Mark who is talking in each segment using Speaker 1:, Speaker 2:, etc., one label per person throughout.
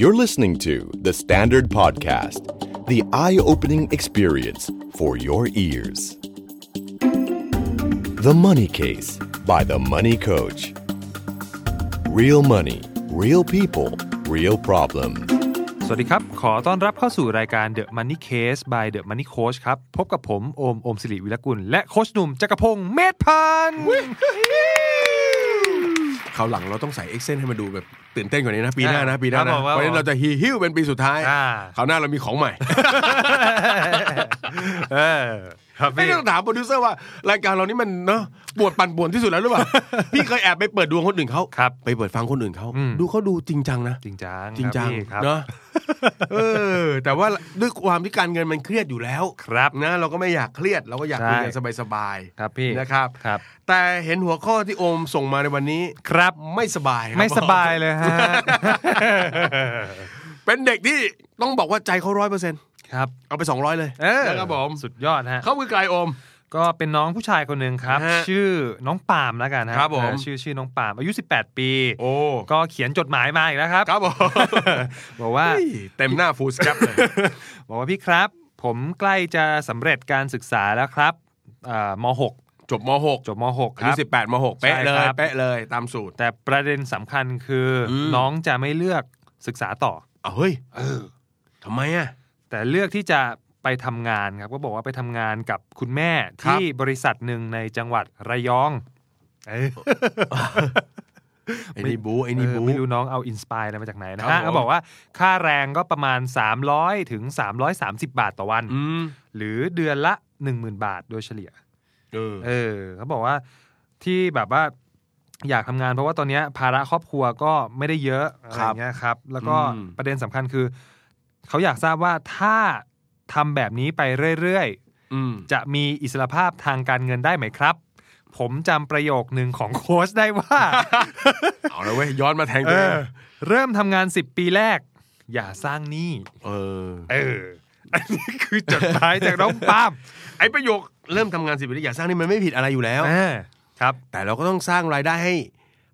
Speaker 1: You're listening to The Standard Podcast, the eye opening experience for your ears. The Money Case by The Money Coach. Real money, real people, real problem.
Speaker 2: สวัสดีครับ ขอต้อนรับเข้าสู่รายการ The Money Case by The Money Coach ครับ พบกับผม โอม โอมสิริวิรกุล และโคชหนุ่มจักรพงศ์เมธพันธ์
Speaker 3: คราวหลังเราต้องใส่เอ็กเซนให้มันดูแบบตื่นเต้นกว่านี้นะ ปีหน้านะ ปีหน้า
Speaker 2: ค
Speaker 3: นะ
Speaker 2: รับผม
Speaker 3: เพราะฉะนั้นเราจะฮีฮิ้วเป็นปีสุดท้าย
Speaker 2: อ่า
Speaker 3: คราวหน้าเรามีของใหม่
Speaker 2: เออครับ
Speaker 3: ไม่
Speaker 2: พี่
Speaker 3: ต้องถามโปรดิวเซอร์ว่ารายการเรานี่มันเนาะปวดปั่นป่วนที่สุดแล้ว หรือเปล่า พี่เคยแอบไปเปิดดวงคนอื่นเขา
Speaker 2: ครับ
Speaker 3: ไปเปิดฟังคนอื่นเขา
Speaker 2: อืม
Speaker 3: ดูเขาดูจริงจังนะ
Speaker 2: จริงจัง
Speaker 3: จริงจัง
Speaker 2: พี่ครับ
Speaker 3: เนาะ เออ แต่ว่าด้วยความที่การเงินมันเครียดอยู่แล้ว
Speaker 2: ครับ
Speaker 3: นะเราก็ไม่อยากเครียดเราก็อยาก
Speaker 2: ใช่
Speaker 3: คุยกันสบาย
Speaker 2: ครับพี่
Speaker 3: ๆนะครับ
Speaker 2: ครับ
Speaker 3: แต่เห็นหัวข้อที่โอมส่งมาในวันนี้
Speaker 2: ครับ
Speaker 3: ไม่สบายครับ
Speaker 2: ไม่สบายเลย ฮะ
Speaker 3: เป็นเด็กที่ต้องบอกว่าใจเขาร้อยเปอร์เซ็นต์
Speaker 2: ครับ
Speaker 3: เอาไปสองร้อยเลย
Speaker 2: เออ
Speaker 3: นะครับผม
Speaker 2: สุดยอดฮะ
Speaker 3: เขาคือกลายโอม
Speaker 2: ก็เป็นน้องผู้ชายคนหนึ่งครับ
Speaker 3: ฮะ
Speaker 2: ชื่อน้องปาล์มแล้วกันฮะ
Speaker 3: ครับผม
Speaker 2: เออชื่อชื่อน้องปาล์มอายุ 18 ปี
Speaker 3: โอ้
Speaker 2: ก็เขียนจดหมายมาอีกแล้วครับ
Speaker 3: ครับผม
Speaker 2: บอกว่า
Speaker 3: เฮ้ยเต็มหน้าฟูสครับเลย
Speaker 2: บอกว่าพี่ครับ ผมใกล้จะสำเร็จการศึกษาแล้วครับเอ่อม .6
Speaker 3: จบมหก
Speaker 2: จบม .6 ค
Speaker 3: อา
Speaker 2: รั
Speaker 3: ยุ
Speaker 2: บ
Speaker 3: สิบแปดมหกเป๊ะเล
Speaker 2: ใช่
Speaker 3: ย
Speaker 2: ครับ
Speaker 3: เป๊ะเลยตามสูตร
Speaker 2: แต่ประเด็นสำคัญคืออ
Speaker 3: ม
Speaker 2: น้องจะไม่เลือกศึกษาต่อ
Speaker 3: เอาเฮ้ยทำไมอ่ะ
Speaker 2: แต่เลือกที่จะไปทำงานครับ ก็บอกว่าไปทำงานกับคุณแม่
Speaker 3: ครับ
Speaker 2: ที่บริษัทหนึ่งในจังหวัดระยองเอ้ย
Speaker 3: ไอ้นี่บูไอ้นี่
Speaker 2: เออ
Speaker 3: บู
Speaker 2: ไม่รู้น้องเอาอินสปายอะไรมาจากไหนนะ
Speaker 3: ครั
Speaker 2: ฮะ
Speaker 3: บผม
Speaker 2: เขาบอกว่าค่าแรงก็ประมาณ 300 ถึง 330 บาทต่อวัน
Speaker 3: อืม
Speaker 2: หรือเดือนละ 10,000 บาทโดยเฉลี่ย
Speaker 3: เออ
Speaker 2: เออเขาบอกว่าที่แบบว่าอยากทำงานเพราะว่าตอนเนี้ยภาระครอบครัวก็ไม่ได้เยอะอะไรอย่างเงี้ยครับ แล้วก็ประเด็นสำคัญคือ เขาอยากทราบว่าถ้าทำแบบนี้ไปเรื่อย
Speaker 3: อืม
Speaker 2: ๆ จะมีอิสรภาพทางการเงินได้ไหมครับ ผมจำประโยคหนึ่งของโค้ชได้ว่า
Speaker 3: เอาละเว้ยย้อนมาแทง
Speaker 2: เอ
Speaker 3: ตัวเอง
Speaker 2: อเริ่มทำงาน 10 ปีแรก อย่าสร้างหนี้
Speaker 3: เออ
Speaker 2: เออ อันนี้คือจดหมายจากน้องปาล์ม
Speaker 3: ไอ้ประโยคเริ่มทำงานสิบปีอยากสร้างนี่มันไม่ผิดอะไรอยู่แล้ว
Speaker 2: เออครับ
Speaker 3: แต่เราก็ต้องสร้างรายได้ให้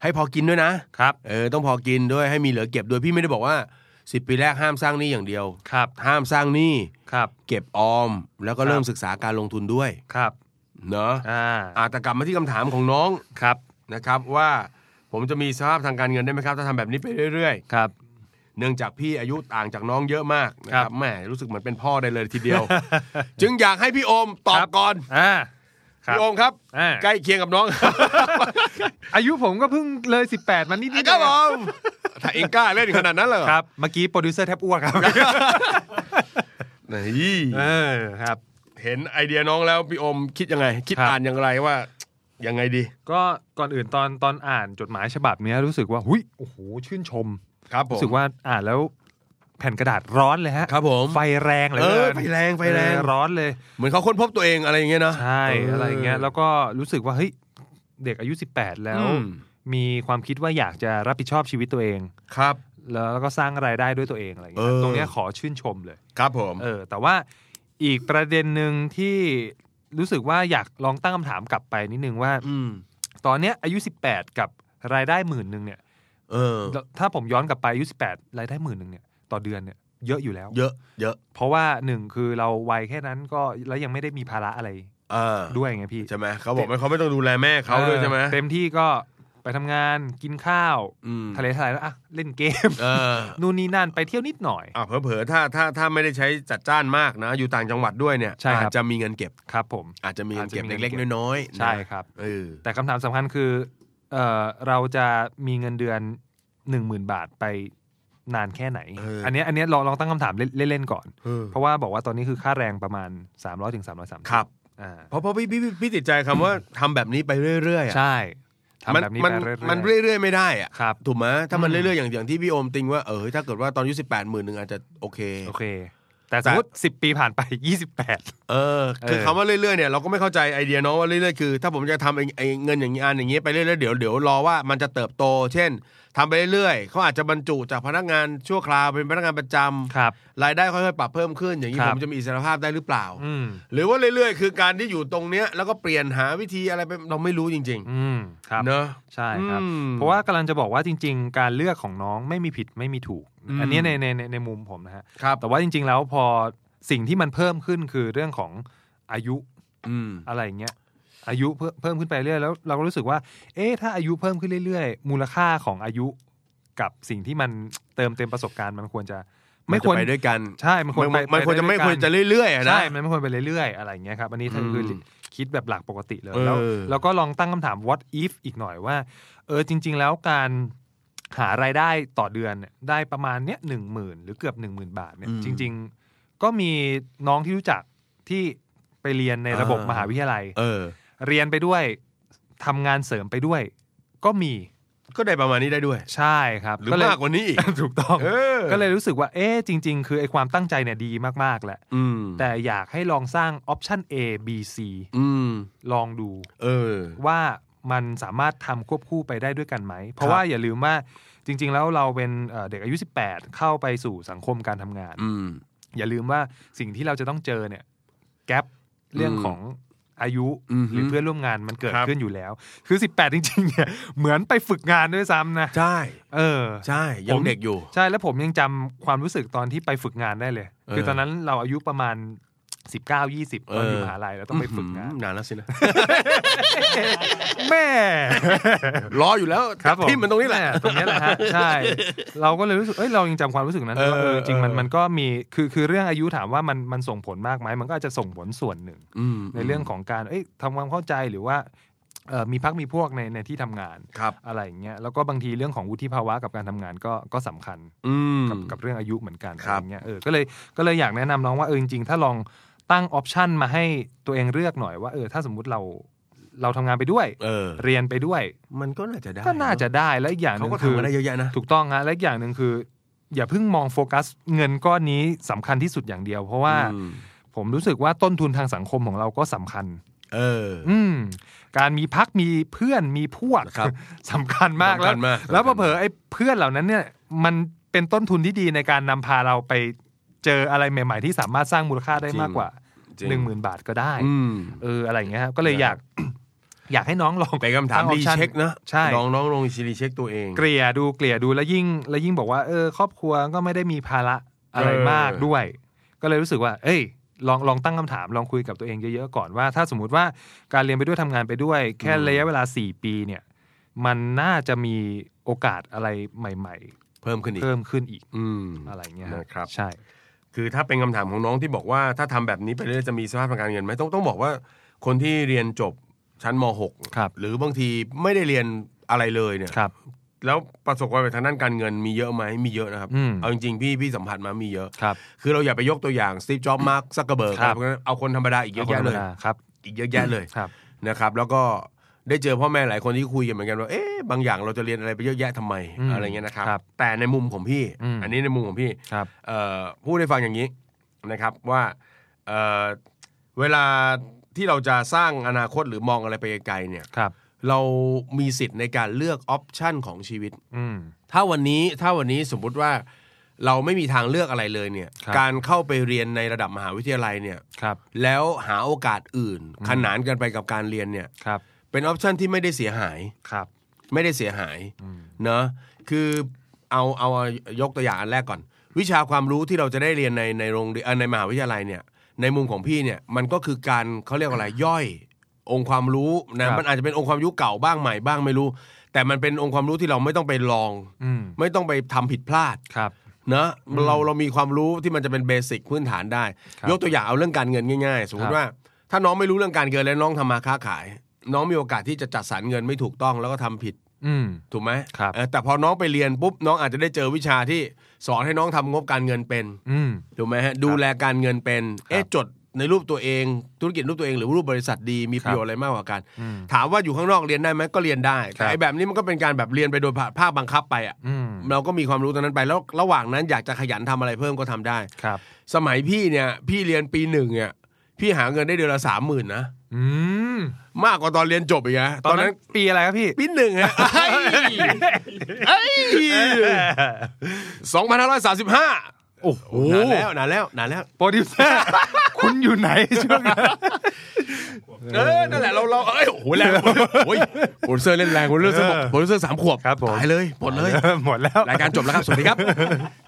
Speaker 3: ให้พอกินด้วยนะ
Speaker 2: ครับ
Speaker 3: เออต้องพอกินด้วยให้มีเหลือเก็บด้วยพี่ไม่ได้บอกว่าสิปีแรกห้ามสร้างหนี้อย่างเดียว
Speaker 2: ครับ
Speaker 3: ห้ามสร้างหนี้
Speaker 2: ครับ
Speaker 3: เก็บออม แล้วก็
Speaker 2: ครับ
Speaker 3: เริ่มศึกษาการลงทุนด้วย
Speaker 2: ครับ
Speaker 3: เนาะ
Speaker 2: อ่า
Speaker 3: อาจจะกลับมาที่คำถามของน้อง
Speaker 2: ครับ
Speaker 3: นะครับว่าผมจะมีสภาพทางการเงินได้ไหมครับ ถ้าทำแบบนี้ไปเรื่อย
Speaker 2: ครับ
Speaker 3: ๆ เนื่องจากพี่อายุต่างจากน้องเยอะมากนะ
Speaker 2: ค
Speaker 3: ค
Speaker 2: รั
Speaker 3: รับบ แหมรู้สึกเหมือนเป็นพ่อได้เลยทีเดียว จึงอยากให้พี่โอมตอบก่อน
Speaker 2: อ่าครับ
Speaker 3: พี่โอมครับ
Speaker 2: อ่า
Speaker 3: ใกล้เคียงกับน้อง
Speaker 2: อายุผมก็เพิ่งเลย 18 มันนิดนิด
Speaker 3: ครับผมถ้าเองกล้าเล่นขนาดนั้นเหรอ
Speaker 2: ครับ เมื่อกี้โปรดิวเซอร์แทบอ้วกครับ
Speaker 3: นี่
Speaker 2: เออครับ
Speaker 3: เห็นไอเดียน้องแล้วพี่อมคิดยังไง คิด
Speaker 2: ครับ
Speaker 3: อ่านอย่างไรว่ายังไงดี
Speaker 2: ก็ก่อนอื่นตอนตอนอ่านจดหมายฉบับเนี้ยรู้สึกว่าหุยโอ้โหชื่นชม
Speaker 3: ครับผม
Speaker 2: รู้สึกว่าอ่านแล้วแผ่นกระดาษร้อนเลยฮะ
Speaker 3: ครับผม
Speaker 2: ไฟแรงหลย
Speaker 3: เออ
Speaker 2: กิน
Speaker 3: ไฟแรงไฟแรง
Speaker 2: เออร้อนเลย
Speaker 3: เหมือนเขาค้นพบตัวเองอะไรอย่างเงี้ยเนาะ
Speaker 2: ใช่อะไรอย่างเงี้ยแล้วก็รู้สึกว่าเฮ้ยเด็กอายุ 18 แล้ว
Speaker 3: อืม
Speaker 2: มีความคิดว่าอยากจะรับผิดชอบชีวิตตัวเอง
Speaker 3: ครับ
Speaker 2: แล้วแล้วก็สร้างรายได้ด้วยตัวเองอะไรอย่างเงี้
Speaker 3: เอย อ
Speaker 2: ตรงเนี้ยขอชื่นชมเลย
Speaker 3: ครับผม
Speaker 2: เออแต่ว่าอีกประเด็นหนึ่งที่รู้สึกว่าอยากลองตั้งคำถามกลับไปนิดนึงว่า
Speaker 3: อืม
Speaker 2: ตอนเนี้ยอายุ 18 กับรายได้หมื่นหนึ่งเนี่ย
Speaker 3: เออ
Speaker 2: ถ้าผมย้อนกลับไปอายุ 18 รายได้หมื่นหนึ่งเนี่ยต่อเดือนเนี่ยเยอะอยู่แล้ว
Speaker 3: เยอะ เยอะ
Speaker 2: เพราะว่าหนึ่งคือเราวัยแค่นั้นก็แล้วยังไม่ได้มีภาระอะไร
Speaker 3: อ่า
Speaker 2: ด้วยไงพี่
Speaker 3: ใช่ไหมเขาบอกไม่เขาไม่ต้องดูแลแม่เขาด้วยใช่ไหม
Speaker 2: ออเต็มที่ก็ไปทำงานกินข้าว
Speaker 3: อืม
Speaker 2: ทะเลทรายแล้วอ่ะเล่นเกม
Speaker 3: เออ
Speaker 2: นู่นนี่นั่นไปเที่ยวนิดหน่อย
Speaker 3: อ่ะเผลอๆถ้าถ้าถ้าไม่ได้ใช้จัดจ้านมากนะ อยู่ต่างจังหวัดด้วยเนี่ย
Speaker 2: ใช่ครับ
Speaker 3: อาจจะมีเงินเก็บ
Speaker 2: ครับผม
Speaker 3: อาจจะมีเงินเก็บ
Speaker 2: อาจจะมีเงิน
Speaker 3: เล็ก
Speaker 2: เก็บ
Speaker 3: ๆน้อยๆนะ
Speaker 2: ใช่ครับ
Speaker 3: เออ
Speaker 2: แต่คำถามสำคัญคือเออเราจะมีเงินเดือน 1 0,000 บาทไปนานแค่ไหน อันเนี้ยอันเนี้ยลองลองตั้งคำถามเล่นเล่นๆก่อน
Speaker 3: เออ
Speaker 2: เพราะว่าบอกว่าตอนนี้คือค่าแรงประมาณ 300ถึง330
Speaker 3: ครับ
Speaker 2: อ่า
Speaker 3: เพราะเพราะพี่พี่พี่ติดใจคำว่าทำแบบนี้ไปเรื่อยๆอ่ะ
Speaker 2: ใช่ทำแบบนี้
Speaker 3: มั
Speaker 2: ไปเรื่อยๆ
Speaker 3: มันเรื่อยๆไม่ได้อ่ะ
Speaker 2: ครับ
Speaker 3: ถูกไหมถ้ามัน
Speaker 2: อื
Speaker 3: เรื่
Speaker 2: ม
Speaker 3: อยๆอย่างอย่างที่พี่โอมติงว่าเออถ้าเกิดว่าตอนอายุสิบแปดหมื่นหนึ่งอาจจะโอเค
Speaker 2: โอเค แต่สมมติสิบปีผ่านไปยี่สิบแปด
Speaker 3: เออ คือ
Speaker 2: เออ
Speaker 3: คำว่าเรื่อยๆเนี่ยเราก็ไม่เข้าใจไอเดียน้องว่าเรื่อยๆคือ ถ้าผมจะทำไอ้ไอ้เงินอย่างนี้อันอย่างนี้ไปเรื่อยๆเดี๋ยวเดี๋ยวรอว่ามันจะเติบโต เช่น ทำไปเรื่อยๆเขาอาจจะบรรจุจากพนักงานชั่วคราวเป็นพนักงานประจำ
Speaker 2: ครับ
Speaker 3: รายได้ค่อยๆปรับเพิ่มขึ้น อย่างนี้
Speaker 2: ครั
Speaker 3: ผ
Speaker 2: บ
Speaker 3: มจะมีอิสรภาพได้หรือเปล่า
Speaker 2: อืม
Speaker 3: หรือว่าเรื่อยๆ คือการที่อยู่ตรงเนี้ยแล้วก็เปลี่ยนหาวิธีอะไรไปเราไม่รู้จริง
Speaker 2: อืมครับ
Speaker 3: ๆเนอะ
Speaker 2: ใช่ครับ
Speaker 3: อืม
Speaker 2: เพราะว่ากำลังจะบอกว่าจริง ๆ การเลือกของน้องไม่มีผิดไม่มีถูก
Speaker 3: อืม
Speaker 2: อันนี้ในในในในมุมผมนะฮะ
Speaker 3: ครับ
Speaker 2: แต่ว่าจริง ๆ แล้วพอสิ่งที่มันเพิ่มขึ้นคือเรื่องของอายุ
Speaker 3: อืม
Speaker 2: อะไรอย่างเงี้ย อายุเพิ่มเพิ่มขึ้นไปเรื่อยแล้วเราก็รู้สึกว่า เอ๊ะถ้าอายุเพิ่มขึ้นเรื่อย ๆ มูลค่าของอายุกับสิ่งที่มันเติมเต็มประสบการณ์มันควรจะไม่ควร
Speaker 3: นจะไปด้วยกัน
Speaker 2: ใช่มันควรไป
Speaker 3: มันควรจะไม่ควรจะเรื่อยๆอะนะ
Speaker 2: ใช่มันไม่ควรไปเรื่อยๆอะไรอย่างเงี้ยครับอันนี้คืออ
Speaker 3: ม
Speaker 2: คิดแบบหลักปกติเลย
Speaker 3: เออ
Speaker 2: แล้วแล้วก็ลองตั้งคำถาม what if อีกหน่อยว่า เออจริง ๆ แล้วการหารายได้ต่อเดือนเนี่ยได้ประมาณเนี้ยหนึ่งหมื่นหรือเกือบหนึ่งหมื่นบาทเนี่ย
Speaker 3: อืม
Speaker 2: จริง ๆ ก็มีน้องที่รู้จักที่ไปเรียนในระบบ
Speaker 3: อ่าม
Speaker 2: มหาวิทยาลัย
Speaker 3: เออ
Speaker 2: เรียนไปด้วยทำงานเสริมไปด้วย ก็มี
Speaker 3: ก็ได้ประมาณนี้ได้ด้วย
Speaker 2: ใช่ครับ
Speaker 3: หรือ
Speaker 2: เลย
Speaker 3: มากกว่านี้อีก
Speaker 2: ถูกต้อง
Speaker 3: เออ
Speaker 2: ก็เลยรู้สึกว่าเอ๊ะจริง ๆ คือไอ้ความตั้งใจเนี่ยดีมากๆแหละ
Speaker 3: อืม
Speaker 2: แต่อยากให้ลองสร้างออปชัน A B C
Speaker 3: อืม
Speaker 2: ลองดู
Speaker 3: เออ
Speaker 2: ว่ามันสามารถทำควบคู่ไปได้ด้วยกันไหม เพ
Speaker 3: ครั
Speaker 2: ราะ
Speaker 3: บ
Speaker 2: ว่าอย่าลืมว่าจริง ๆ แล้วเราเป็นเอ่อเด็กอายุ 18 เข้าไปสู่สังคมการทำงาน
Speaker 3: อืม
Speaker 2: อย่าลืมว่าสิ่งที่เราจะต้องเจอเนี่ยแกลบเรื่องของอายุ
Speaker 3: อือฮึ
Speaker 2: หรือเพื่อนร่วมงานมันเกิด
Speaker 3: ครับ
Speaker 2: ขึ้นอยู่แล้ว คือ 18 จริง ๆ เนี่ยเหมือนไปฝึกงานด้วยซ้ำนะ
Speaker 3: ใช่
Speaker 2: เออ
Speaker 3: ใช่ ยั
Speaker 2: ผ
Speaker 3: ง
Speaker 2: ม
Speaker 3: เด็กอยู่
Speaker 2: ใช่แล้วผมยังจำความรู้สึกตอนที่ไปฝึกงานได้เลย
Speaker 3: เออ
Speaker 2: คือตอนนั้นเราอายุประมาณ 19 20ตอนอยู่มหาลัยเราต้องไปฝึกงาน
Speaker 3: อืมนานแล้วสินะ
Speaker 2: แม่
Speaker 3: รออยู่แล้ว
Speaker 2: ครับผม
Speaker 3: ที่มันตรงนี้แหละ
Speaker 2: ตรงนี้แหละฮะใช่ เราก็เลยรู้สึกเอ้ยเรายังจำความรู้สึกนั้นได้ว่า
Speaker 3: เออ
Speaker 2: เออจริงมัน
Speaker 3: เออ
Speaker 2: มันก็มีคือคือเรื่องอายุถามว่ามันมันส่งผลมากไหมมันก็อาจจะส่งผลส่วนหนึ่ง
Speaker 3: อืม
Speaker 2: ในเรื่องของการเอ้ยทำความเข้าใจหรือว่าเอ่อมีพักมีพวกในในที่ทำงาน
Speaker 3: ครับ
Speaker 2: อะไรอย่างเงี้ยแล้วก็บางทีเรื่องของวุฒิภาวะกับการทำงานก็ก็สำคัญ
Speaker 3: อืม
Speaker 2: กับกับเรื่องอายุเหมือนกัน
Speaker 3: ครั
Speaker 2: อะ
Speaker 3: บ
Speaker 2: ไรเงี้ยเออก็เลยก็เลยอยากแนะนำน้องว่าเออจริงๆ ถ้าลองตั้งออปชันมาให้ตัวเองเลือกหน่อยว่าเออถ้าสมมุติเราเราทำงานไปด้วย
Speaker 3: เออ
Speaker 2: เรียนไปด้วย
Speaker 3: มันก็น่าจะได้
Speaker 2: ก็น่าจะได้และอีกอย่างห
Speaker 3: เขา
Speaker 2: นึ่ง
Speaker 3: ก็
Speaker 2: คื
Speaker 3: ทำมาได้เยอะแยะนะ
Speaker 2: ถูกต้องฮะและอีกอย่างหนึ่งคือ อย่าเพิ่งมองโฟกัสเงินก้อนนี้สำคัญที่สุดอย่างเดียว เพราะว่า
Speaker 3: อืม
Speaker 2: ผมรู้สึกว่าต้นทุนทางสังคมของเราก็สำคัญ
Speaker 3: เออ
Speaker 2: อืมการมีพักมีเพื่อนมีพวก
Speaker 3: ครับ
Speaker 2: สำคัญมาก
Speaker 3: สำคั
Speaker 2: แล้ว
Speaker 3: ญมาก
Speaker 2: แล้ว
Speaker 3: สำคัญ
Speaker 2: เผลอๆไอ้เพื่อนเหล่านั้นเนี่ยมันเป็นต้นทุนที่ดีในการนำพาเราไปเจออะไรใหม่ ๆ ที่สามารถสร้างมูลค่าได้มากกว่า
Speaker 3: จริ
Speaker 2: หนึ่งหมื่นบาทก็ได้
Speaker 3: อืม
Speaker 2: เอออะไรอย่างเงี้ยครับก็เลยอยาก อยากให้น้องลอง
Speaker 3: เป็นคำถาม
Speaker 2: ตั้ง
Speaker 3: รี
Speaker 2: option
Speaker 3: เช็คนะ
Speaker 2: ใช่
Speaker 3: น้องน้องลองรีเช็คตัวเอง
Speaker 2: เกลี่ยดูเกลี่ยดูแล้วยิ่ง แล้วยิ่งบอกว่าเออ ครอบครัวก็ไม่ได้มีภาระอะไร
Speaker 3: เออ
Speaker 2: มากด้วย ก็เลยรู้สึกว่า เอ้ย ลองลองตั้งคำถามลองคุยกับตัวเองเยอะๆก่อนว่า ถ้าสมมติว่าการเรียนไปด้วยทำงานไปด้วย แค่ระยะเวลา 4 ปีเนี่ย มันน่าจะมีโอกาสอะไรใหม่
Speaker 3: เพิ่มขึ้น
Speaker 2: ๆ
Speaker 3: อีก
Speaker 2: เพิ่มขึ้นอีก
Speaker 3: อืม
Speaker 2: อะไรเงี้ย
Speaker 3: นะครับ
Speaker 2: ใช่
Speaker 3: คือถ้าเป็นคำถามของน้องที่บอกว่าถ้าทำแบบนี้ไปเรื่อยจะมีสภาพทางการเงินไหมต้องต้องบอกว่าคนที่เรียนจบชั้นม
Speaker 2: ครับ
Speaker 3: .6 หรือบางทีไม่ได้เรียนอะไรเลยเนี่ย
Speaker 2: ครับ
Speaker 3: แล้วประสบความสำเร็จทางด้านการเงินมีเยอะไหมมีเยอะนะครับ
Speaker 2: อืม
Speaker 3: เอาจริงๆพี่พี่สัมผัสมามีเยอะ
Speaker 2: ครับ
Speaker 3: คือเราอย่าไปยกตัวอย่างสตีฟจ็อบมาร์คซักเกอร์เบิร์ก
Speaker 2: ครับ
Speaker 3: เอาคนธรรมดาอีกเยอะแยะเลย
Speaker 2: อาคนธรรมดาครับ
Speaker 3: อีกเยอะแยะเลย
Speaker 2: ครับ
Speaker 3: นะครับ แล้วก็ได้เจอพ่อแม่หลายคนที่คุยกันเหมือนกันว่าเอ๊ะบางอย่างเราจะเรียนอะไรไปเยอะแยะทำไม
Speaker 2: ม
Speaker 3: อะไรเงี้ยนะครับ
Speaker 2: ครับ
Speaker 3: แต่ในมุมของพี่
Speaker 2: อืม
Speaker 3: อันนี้ในมุมของพี่
Speaker 2: ครับ
Speaker 3: เอ่อพูดให้ฟังอย่างนี้นะครับว่าเอ่อเวลาที่เราจะสร้างอนาคตหรือมองอะไรไปไกลๆเนี่ย
Speaker 2: ครับ
Speaker 3: เรามีสิทธิ์ในการเลือกออปชันของชีวิต
Speaker 2: อืม
Speaker 3: ถ้าวันนี้ถ้าวันนี้สมมุติว่าเราไม่มีทางเลือกอะไรเลยเนี่ย
Speaker 2: ครับ
Speaker 3: การเข้าไปเรียนในระดับมหาวิทยาลัยเนี่ย
Speaker 2: ครับ
Speaker 3: แล้วหาโอกาสอื่น ขนานกันไปกับการเรียนเนี่ย
Speaker 2: ครับ
Speaker 3: เป็นออปชันที่ไม่ได้เสียหาย
Speaker 2: ครับ
Speaker 3: ไม่ได้เสียหาย
Speaker 2: อืม
Speaker 3: เนอะคือเอาเอายกตัวอย่างอันแรกก่อน วิชาความรู้ที่เราจะได้เรียนในในโรงเรียนเอ่อในมหาวิทยาลัยเนี่ย ในมุมของพี่เนี่ยมันก็คือการเขาเรียกว่าอะไรย่อยองค์ความรู้นะมันอาจจะเป็นองค์ความรู้เก่าบ้างใหม่บ้างไม่รู้ แต่มันเป็นองค์ความรู้ที่เราไม่ต้องไปลอง
Speaker 2: อืม
Speaker 3: ไม่ต้องไปทำผิดพลาด
Speaker 2: ครับ
Speaker 3: เนอะเราเรามีความรู้ที่มันจะเป็นเบสิกพื้นฐานได้
Speaker 2: ครับ
Speaker 3: ยกตัวอย่างเอาเรื่องการเงินง่ายๆ สมม
Speaker 2: ครั
Speaker 3: ติ
Speaker 2: บ
Speaker 3: ว่า ถ้าน้องไม่รู้เรื่องการเงินแล้วน้องทำมาค้าขาย น้องมีโอกาสที่จะจัดสรรเงินไม่ถูกต้องแล้วก็ทำผิด
Speaker 2: อืม
Speaker 3: ถูกไหม
Speaker 2: ครับ
Speaker 3: เออแต่พอน้องไปเรียนปุ๊บน้องอาจจะได้เจอวิชาที่สอนให้น้องทำงบการเงินเป็น
Speaker 2: อืม
Speaker 3: ถูกไหมฮะดูแลการเงินเป็นเอ๊ะจดในรูปตัวเอง ธุรกิจรูปตัวเองหรือรูปบริษัทดีมี
Speaker 2: ค
Speaker 3: ป
Speaker 2: รับ
Speaker 3: ระโยชน์อะไรมากกว่ากัน
Speaker 2: อืม
Speaker 3: ถามว่าอยู่ข้างนอกเรียนได้ไหมก็เรียนได้
Speaker 2: ครั
Speaker 3: แต่
Speaker 2: บ
Speaker 3: ไอ้แบบนี้มันก็เป็นการแบบเรียนไปโดยภาคบังคับไปอ่ะ
Speaker 2: อืม
Speaker 3: เราก็มีความรู้ตรงนั้นไปแล้วระหว่างนั้นอยากจะขยันทำอะไรเพิ่มก็ทำได้
Speaker 2: ครับ
Speaker 3: สมัยพี่เนี่ยพี่เรียนปีหนึ่งเนี่ยพี่หาเงินได้เดือนละสามหมื่นนะ
Speaker 2: อืม
Speaker 3: มากกว่าตอนเรียนจบอีกนะ
Speaker 2: ต
Speaker 3: ต
Speaker 2: อ
Speaker 3: อน น
Speaker 2: นั้
Speaker 3: นั้น น
Speaker 2: ปีอะไรครับพี่
Speaker 3: ปีหนึ่งฮะไอ้สองพันห้าร้อยสามสิบห้า
Speaker 2: โอ้โห
Speaker 3: นานแล้วนานแล้วนานแล้ว
Speaker 2: โปรดิวเซอร์ คุณอยู่ไหนช่วงนั้น
Speaker 3: เออ นั่นแหละเราเราเอ้ยโอ้โหแรงโอ้ยโปรดิวเซอร์เล่นแรงโปรดิวเซอร์บอกโปรดิวเซอร์สามขวบตายเลยหมดเลย
Speaker 2: หมดแล้ว
Speaker 3: รายการจบแล้วครับ สวัสดีครับ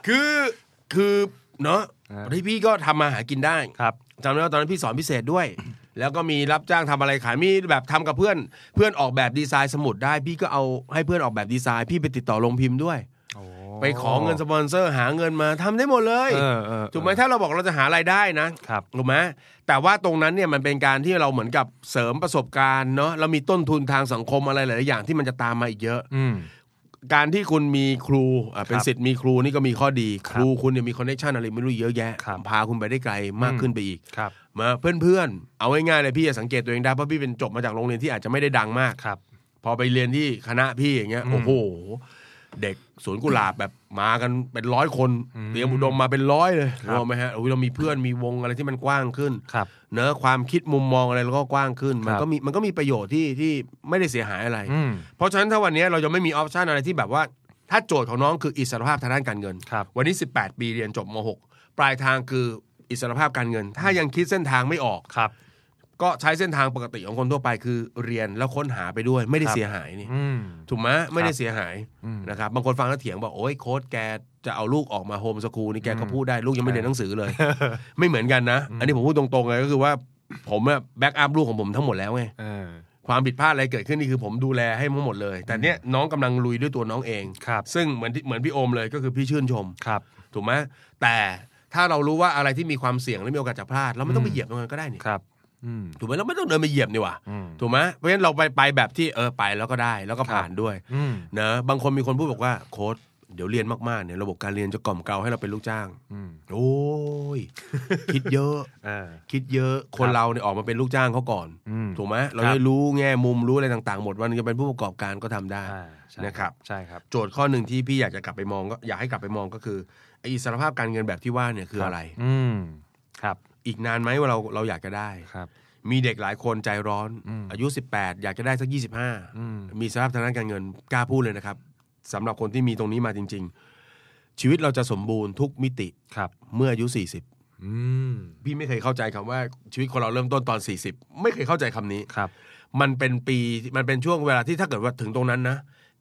Speaker 3: คือคือเนาะ
Speaker 2: อ่า
Speaker 3: ที่พี่ก็ทำมาหากินได้
Speaker 2: ครับ
Speaker 3: จำได้ว่าตอนนั้นพี่สอนพิเศษด้วย แล้วก็มีรับจ้างทำอะไรขายมีแบบทำกับเพื่อน เพื่อนออกแบบดีไซน์สมุดได้ พี่ก็เอาให้เพื่อนออกแบบดีไซน์พี่ไปติดต่อโรงพิมพ์ด้วย ไปขอเงินสปอนเซอร์หาเงินมาทำได้หมดเลย
Speaker 2: เออเออ
Speaker 3: ถูกไหมถ้าเราบอกเราจะหารายได้นะครับ ถูกไหมแต่ว่าตรงนั้นเนี่ยมันเป็นการที่เราเหมือนกับเสริมประสบการณ์เนาะเรามีต้นทุนทางสังคมอะไรหลายๆอย่างที่มันจะตามมาอีกเยอะ
Speaker 2: อืม
Speaker 3: การที่คุณมีครูอ่ะเป็น
Speaker 2: ครับ
Speaker 3: สิทธิ์มีครูนี่ก็มีข้อดี
Speaker 2: ค
Speaker 3: ครับ รูคุณเนี่ยมีคอนเนคชันอะไรไม่รู้เยอะแยะ
Speaker 2: ครับ
Speaker 3: พาคุณไปได้ไกลมาก
Speaker 2: อืม
Speaker 3: ขึ้นไปอีก
Speaker 2: ครับ
Speaker 3: มาเพื่อนๆ เอาง่ายๆเลยพี่จะสังเกตตัวเองได้เพราะพี่เป็นจบมาจากโรงเรียนที่อาจจะไม่ได้ดังมาก
Speaker 2: ครับ
Speaker 3: พอไปเรียนที่คณะพี่อย่างเงี้ย
Speaker 2: อืม
Speaker 3: โอ้โห เด็กสวนกุหลาบแบบมากันเป็นร้อยคน
Speaker 2: อืม
Speaker 3: เตรียมอุดมมาเป็นร้อยเลย
Speaker 2: ครับ
Speaker 3: รวมไหมฮะโอ้ยเรามีเพื่อนมีวงอะไรที่มันกว้างขึ้น
Speaker 2: ครับ
Speaker 3: เนอะความคิดมุมมองอะไรเราก็กว้างขึ้น มั
Speaker 2: คน รับ
Speaker 3: ก็มีมันก็มีประโยชน์ที่ที่ไม่ได้เสียหายอะไร
Speaker 2: อืม
Speaker 3: เพราะฉะนั้นถ้าวันนี้เราจะไม่มีออปชันอะไรที่แบบว่า ถ้าโจทย์ของน้องคืออิสรภาพทางด้านการเงิน
Speaker 2: ครับ
Speaker 3: วันนี้ 18 ปีเรียนจบม .6 ปลายทางคืออิสรภาพการเงิน ถ้ายังคิดเส้นทางไม่ออก
Speaker 2: ครับ
Speaker 3: ก็ใช้เส้นทางปกติของคนทั่วไปคือเรียนแล้วค้นหาไปด้วย ไม่ได้
Speaker 2: ครับ
Speaker 3: เสียหายนี่
Speaker 2: อืม
Speaker 3: ถูกไหมไม่ได้เสียหาย
Speaker 2: อืม
Speaker 3: นะครับบางคนฟังแล้วเถียงบอกโอ้ยโค้ดแกจะเอาลูกออกมาโฮมสคูลนี่แกก็
Speaker 2: อืม
Speaker 3: พูดได้ลูกยังไม่
Speaker 2: ใช่
Speaker 3: เรียนหนังสือเลย ไม่เหมือนกันนะ อันนี้ผมพูดตรงๆเลยก็คือว่าผมแบ็กอัพลูกของผมทั้งหมดแล้วไง
Speaker 2: เออ
Speaker 3: ความผิดพลาดอะไรเกิดขึ้นนี่คือผมดูแลให้ทั้งหมดเลย แต่เนี้ยน้องกำลังลุยด้วยตัวน้องเอง
Speaker 2: ครับ
Speaker 3: ซึ่งเหมือนที่เหมือนพี่โอมเลยก็คือพี่ชื่นชม
Speaker 2: ครับ
Speaker 3: ถูกไหมแต่ถ้าเรารู้ว่าอะไรที่มีความเสี่ยงและมีโอกาสจะพลาด เราไม่ต้องไปเหยียบตรงนั้นก็ได้นี่
Speaker 2: ครับ อืม
Speaker 3: ถูกไหมเราไม่ต้องเดินไปเหยียบนี่หว่า
Speaker 2: อืม
Speaker 3: ถูกไหมเพราะฉะนั้นเราไปไปแบบที่เออไปแล้วก็ได้แล้วก็ผ่านด้วย
Speaker 2: อืม
Speaker 3: นะบางคนมีคนพูดบอกว่าโค้ดเดี๋ยวเรียนมากๆเนี่ยระบบการเรียนจะกล่อมเกลาให้เราเป็นลูกจ้าง
Speaker 2: อืม
Speaker 3: โอ้ย คิดเยอะ
Speaker 2: เออ
Speaker 3: คิดเยอะคนเราเนี่ยออกมาเป็นลูกจ้างเขาก่อน
Speaker 2: อืม
Speaker 3: ถูกไหมเรา
Speaker 2: ครับ
Speaker 3: ได้รู้แง่มุมรู้อะไรต่างๆ หมดวันหนึงจะเป็นผู้ประกอบการก็ทำได้
Speaker 2: อ่าใช่
Speaker 3: นะครับ
Speaker 2: ใช่ครับ
Speaker 3: โจทย์ข้อหนึ่งที่พี่อยากจะกลับไปมองก็อยากให้กลับไปมองก็คือไอ้อิสรภาพการเงินแบบที่ว่าเนี่ยคืออะไร
Speaker 2: อืม ครับ
Speaker 3: อีกนานไหมว่าเราเราอยากจะได้
Speaker 2: ครับ
Speaker 3: มีเด็กหลายคนใจร้อน
Speaker 2: อืม
Speaker 3: อายุ 18 อยากจะได้สัก
Speaker 2: อืม
Speaker 3: 25 มีอิสรภาพทางด้านการเงินกล้าพูดเลยนะครับสำหรับคนที่มีตรงนี้มาจริง ๆ ชีวิตเราจะสมบูรณ์ทุกมิติ
Speaker 2: ครับ
Speaker 3: เมื่ออายุ
Speaker 2: อืม
Speaker 3: 40 พี่ไม่เคยเข้าใจคำว่าชีวิตคนเราเริ่มต้นตอน 40 ไม่เคยเข้าใจคำนี้
Speaker 2: ครับ
Speaker 3: มันเป็นปีมันเป็นช่วงเวลาที่ถ้าเกิดว่าถึงตรงนั้นนะ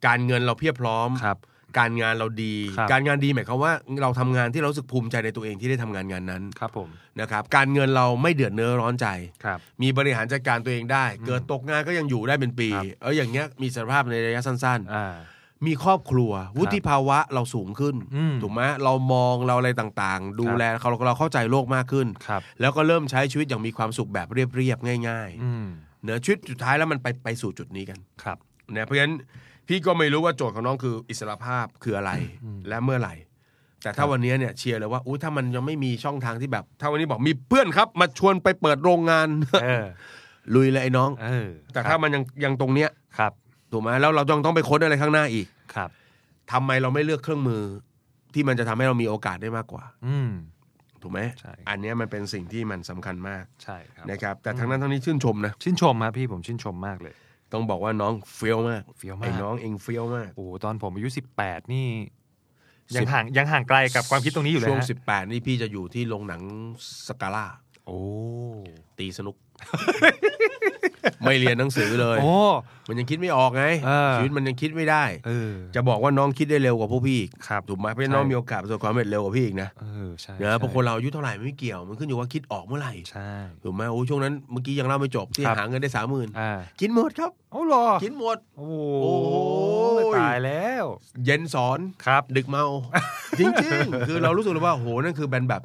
Speaker 3: การเงินเราเพียบพร้อม
Speaker 2: ครับ
Speaker 3: การงานเราดี
Speaker 2: ครับ
Speaker 3: การงานดีหมายความว่าเราทำงานที่เรารู้สึกภูมิใจในตัวเองที่ได้ทำงานงานนั้น
Speaker 2: ครับผม
Speaker 3: นะครับ การเงินเราไม่เดือดเนื้อร้อนใจ
Speaker 2: ครับ
Speaker 3: มีบริหารจัดการตัวเองได้ เกิดตกงานก็ยังอยู่ได้เป็นปี
Speaker 2: ครับ
Speaker 3: เอออย่างเงี้ยมีสขภาพในระยะสั้น
Speaker 2: อ่า
Speaker 3: ๆ มีครอบครัว วุฒิภาวะเราสูงขึ้น
Speaker 2: อืม
Speaker 3: ถูกไหมเรามองเราอะไรต่างๆ ดู
Speaker 2: ครับ
Speaker 3: แลเขาเราเข้าใจโลกมากขึ้น
Speaker 2: ครับ
Speaker 3: แล้วก็เริ่มใช้ชีวิตอย่างมีความสุขแบบเรียบๆง่าย
Speaker 2: อืม
Speaker 3: ๆเนื้อะชีวิตสุดท้ายแล้วมันไปไปสู่จุดนี้กัน
Speaker 2: ครับ
Speaker 3: นะเพราะฉะนั้นพี่ก็ไม่รู้ว่าโจทย์ของน้องคืออิสรภาพคืออะไรและเมื่อไหร่ แต่ถ้าวันนี้เนี่ยเชียร์เลยว่าอุ้ยถ้ามันยังไม่มีช่องทางที่แบบ ถ้าวันนี้บอกมีเพื่อนครับ มาชวนไปเปิดโรงงาน
Speaker 2: เออ
Speaker 3: ลุยเลยไอ้น้อง
Speaker 2: เออ
Speaker 3: แต่ถ้ามันยังยังตรงเนี้ย
Speaker 2: ครับ
Speaker 3: ถูกไหมแล้วเราต้องต้องไปค้นอะไรข้างหน้าอีก
Speaker 2: ครับ
Speaker 3: ทำไมเราไม่เลือกเครื่องมือ ที่มันจะทำให้เรามีโอกาสได้มากกว่า
Speaker 2: อืม
Speaker 3: ถูกไหม
Speaker 2: ใช่
Speaker 3: อันเนี้ยมันเป็นสิ่งที่มันสำคัญมาก
Speaker 2: ใช่ครับ
Speaker 3: นะครับแต่ทั้งนั้นทั้งนี้ชื่นชมนะ
Speaker 2: ชื่นชมครับพี่ผมชื่นชมมากเลย
Speaker 3: ต้องบอกว่าน้องเฟี้ยวมาก
Speaker 2: เฟี้ยวมาก
Speaker 3: ไอ้น้องเองเฟี้ยวมาก
Speaker 2: โอ้โหตอนผมอายุสิบแปดนี่
Speaker 3: สิบ
Speaker 2: ยังห่างยังห่างไกลกับความคิดตรงนี้อยู่เลย
Speaker 3: ช่วง
Speaker 2: ฮะ
Speaker 3: สิบแปดนี่พี่จะอยู่ที่โรงหนังสกาล่า
Speaker 2: โอ้
Speaker 3: ตีสนุ ก ไม่เรียนหนังสือเลย
Speaker 2: โอ้
Speaker 3: มันยังคิดไม่ออกไง
Speaker 2: เออ
Speaker 3: ชีวิตมันยังคิดไม่ได้
Speaker 2: เออ
Speaker 3: จะบอกว่าน้องคิดได้เร็วกว่าพวกพี่อีก
Speaker 2: ครับ
Speaker 3: ถูกไหมเพราะน้องมีโอกาสประสบความสำเร็จเร็วกว่าพี่อีกนะ
Speaker 2: เออใช่
Speaker 3: เนอะ
Speaker 2: ใช่
Speaker 3: เพราะคนเราอายุเท่าไหร่ไม่เกี่ยวมันขึ้นอยู่ว่าคิดออกเมื่อไหร่
Speaker 2: ใช่
Speaker 3: ถูกไหมโอ้ช่วงนั้นเมื่อกี้ยังเล่าไม่จบที่
Speaker 2: ครับ
Speaker 3: หาเงินได้สามหมื่น
Speaker 2: อ่า
Speaker 3: กินหมดครับ
Speaker 2: เอาหรอ
Speaker 3: กินหมด
Speaker 2: โอ้โห
Speaker 3: โอ้ย
Speaker 2: ตายแล้ว
Speaker 3: เย็นสอน
Speaker 2: ครับ
Speaker 3: ดึกเมา จริงๆ คือเรารู้สึกเลยว่าโหนั่นคือเป็นแบบ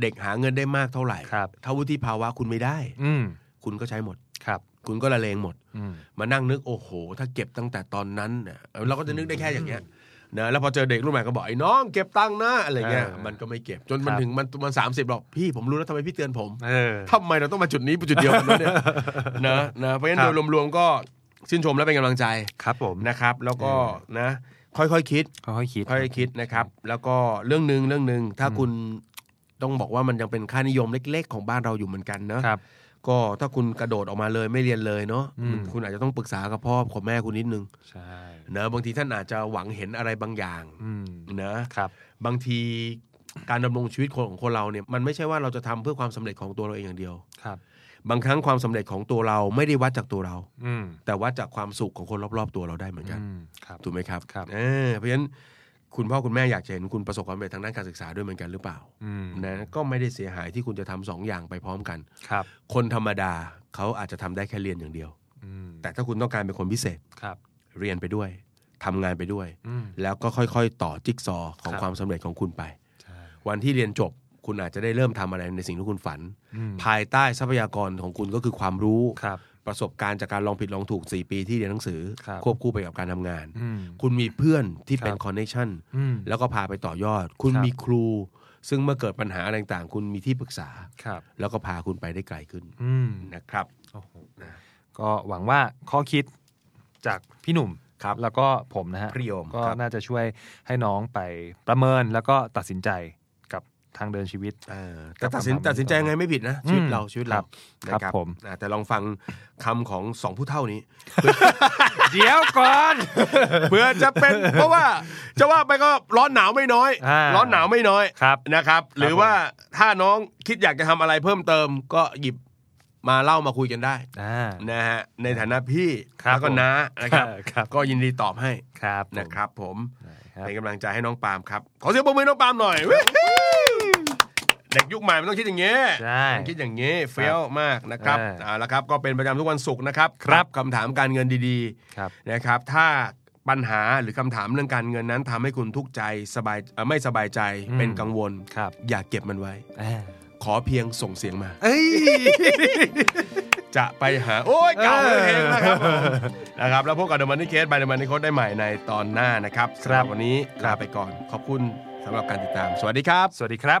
Speaker 3: เด็กหาเงินได้มากเท่าไหร่
Speaker 2: ครับ
Speaker 3: ถ้าวุฒิภาวะคุณไม่ได้
Speaker 2: อืม
Speaker 3: คุณก็ใช้หมด
Speaker 2: ครับ
Speaker 3: คุณก็ละเลงหมด
Speaker 2: อืม
Speaker 3: มานั่งนึกโอ้โห ถ้าเก็บตั้งแต่ตอนนั้นเนี่ยเออเราก็จะนึกได้แค่อย่างเงี้ยนะแล้วพอเจอเด็กรุ่นใหม่ก็บอกไอ้น้องเก็บตังค์นะอะไรเงี้ย
Speaker 2: เออ
Speaker 3: มันก็ไม่เก็บจนมั
Speaker 2: คน รับ
Speaker 3: ถึงมันมันสามสิบหรอกพี่ผมรู้แล้วทำไมพี่เตือนผม
Speaker 2: เออ
Speaker 3: ทำไมเราต้องมาจุดนี้จุดเดียวกันวะ เนี่ยนะนะเพราะฉะนั้น
Speaker 2: ครั
Speaker 3: โด
Speaker 2: บ
Speaker 3: ยรวมๆก็ชื่นชมและเป็นกำลังใจ
Speaker 2: ครับผม
Speaker 3: นะครับแล้วก็นะค่อยๆคิด
Speaker 2: ค่อยๆคิด
Speaker 3: ค่อยๆคิดนะครับ แล้วก็เรื่องหนึ่งเรื่องหนึ่งถ้าคุณต้องบอกว่ามันยังเป็นค่านิยมเล็ก ๆ ของบ้านเราอยู่เหมือนกันเนอะ
Speaker 2: ครับ
Speaker 3: ก็ถ้าคุณกระโดดออกมาเลยไม่เรียนเลยเนาะ
Speaker 2: อืม
Speaker 3: คุณอาจจะต้องปรึกษากับพ่อกับแม่คุณนิดนึง
Speaker 2: ใช่
Speaker 3: เนอะบางทีท่านอาจจะหวังเห็นอะไรบางอย่าง
Speaker 2: อืม
Speaker 3: นะครับ บางทีการดำรงชีวิตคนของคนเราเนี่ยมันไม่ใช่ว่าเราจะทำเพื่อความสำเร็จของตัวเราเองอย่างเดียว
Speaker 2: ครับ
Speaker 3: บางครั้งความสำเร็จของตัวเราไม่ได้วัดจากตัวเรา
Speaker 2: อืม
Speaker 3: แต่วัดจากความสุขของคนรอบๆ ตัวเราได้เหมือนกัน
Speaker 2: อืมครับ
Speaker 3: ถูกไหมครับ
Speaker 2: ครับ
Speaker 3: เออเพราะฉะนั้นคุณพ่อคุณแม่อยากจะเห็นคุณประสบความสำเร็จทางด้านการศึกษาด้วยเหมือนกันหรือเปล่า
Speaker 2: อืม
Speaker 3: นะก็ไม่ได้เสียหายที่คุณจะทำสองอย่างไปพร้อมกัน
Speaker 2: ครับ
Speaker 3: คนธรรมดาเขาอาจจะทำได้แค่เรียนอย่างเดียว
Speaker 2: อืม
Speaker 3: แต่ถ้าคุณต้องการเป็นคนพิเศษ
Speaker 2: ครับ
Speaker 3: เรียนไปด้วยทำงานไปด้วย
Speaker 2: อืม
Speaker 3: แล้วก็ค่อยๆ ต่อจิ๊กซอว์ของ
Speaker 2: ครับ
Speaker 3: ความสำเร็จของคุณไป
Speaker 2: ใช่
Speaker 3: วันที่เรียนจบ คุณอาจจะได้เริ่มทำอะไรในสิ่งที่คุณฝัน
Speaker 2: อืม
Speaker 3: ภายใต้ทรัพยากรของคุณก็คือความรู้
Speaker 2: ครับ
Speaker 3: ประสบการณ์จากการลองผิดลองถูก 4 ปีที่เรียนหนังสือ
Speaker 2: ครับ
Speaker 3: ควบคู่ไปกับการทำงาน
Speaker 2: อืม
Speaker 3: คุณมีเพื่อนที่เป็น
Speaker 2: ครับ
Speaker 3: คอนเนคชั่น
Speaker 2: อืม
Speaker 3: แล้วก็พาไปต่อยอด คุณ
Speaker 2: ครับ
Speaker 3: มีครู ซึ่งเมื่อเกิดปัญหาอะไรต่างๆ คุณมีที่ปรึกษา
Speaker 2: ครับ
Speaker 3: แล้วก็พาคุณไปได้ไกลขึ้น
Speaker 2: อืม
Speaker 3: นะครับ
Speaker 2: โอ้โหก็หวังว่าข้อคิดจากพี่หนุ่ม
Speaker 3: ครับ
Speaker 2: แล้วก็ผมนะฮะ
Speaker 3: พี่โยม
Speaker 2: ก็
Speaker 3: ครับ
Speaker 2: น่าจะช่วยให้น้องไปประเมินแล้วก็ตัดสินใจกับทางเดินชีวิต
Speaker 3: เออ
Speaker 2: ก็
Speaker 3: แต่ตัดสิน
Speaker 2: ประมาณ
Speaker 3: ตัดสินใจยังไงไม่ผิดนะ
Speaker 2: อืม
Speaker 3: ชีวิตเราชีวิตเรา
Speaker 2: ครับ
Speaker 3: นะครับ
Speaker 2: ผม
Speaker 3: อ่าแต่ลองฟังคำของสองผู้เท่านี้
Speaker 2: เดี๋ยวก่อน
Speaker 3: เพื่อจะเป็น เพราะว่าจะว่าไปก็ร้อนหนาวไม่น้อย
Speaker 2: อ่า
Speaker 3: ร้อนหนาวไม่น้อย
Speaker 2: ครับ
Speaker 3: นะครับ หรือ
Speaker 2: ผม
Speaker 3: ว่าถ้าน้องคิดอยากจะทำอะไรเพิ่มเติมก็หยิบมาเล่ามาคุยกันได้
Speaker 2: อ่า
Speaker 3: นะฮะในฐานะพี่
Speaker 2: ครับ
Speaker 3: แล้วก็น้านะครับ
Speaker 2: ครับ
Speaker 3: ก็ยินดีตอบให้
Speaker 2: ครับผม
Speaker 3: นะครับ ผม
Speaker 2: ได้ค
Speaker 3: เป็น
Speaker 2: รับ
Speaker 3: กำลังใจให้น้องปาล์มครับขอเสียงปรบมือให้น้องปาล์มห น่อยเว้ยเด็กยุคใหม่มันต้องคิดอย่างเงี้ย
Speaker 2: ใช่
Speaker 3: คิดอย่างนี้เฟี้ยวมากนะครับ
Speaker 2: เออ
Speaker 3: เอาละครับก็เป็นประจำทุกวันศุกร์นะครับ
Speaker 2: ครับ
Speaker 3: คำถามการเงินดี
Speaker 2: ครับ
Speaker 3: ๆนะครับ ถ้าปัญหาหรือคำถามเรื่องการเงินนั้นทำให้คุณทุกข์ใจสบายเอ่อไม่สบายใจ
Speaker 2: อืม
Speaker 3: เป็นกังวล
Speaker 2: ครับ
Speaker 3: อย่าเก็บมันไว้
Speaker 2: อ่า
Speaker 3: ขอเพียงส่งเสียงมา
Speaker 2: เอ้ย
Speaker 3: จะไปหา โอ้ยเก่าเลย
Speaker 2: เออ
Speaker 3: เพลงนะครับผมนะครับแล้วพบกับเดมันนี่เคสบายเดมันนี่โคสได้ใหม่ในตอนหน้านะครับ
Speaker 2: ครับ
Speaker 3: สำหวันนี้ลาไปก่อน ขอบคุณสำหรับการติดตาม สวัสดีครับ
Speaker 2: สวัสดีครับ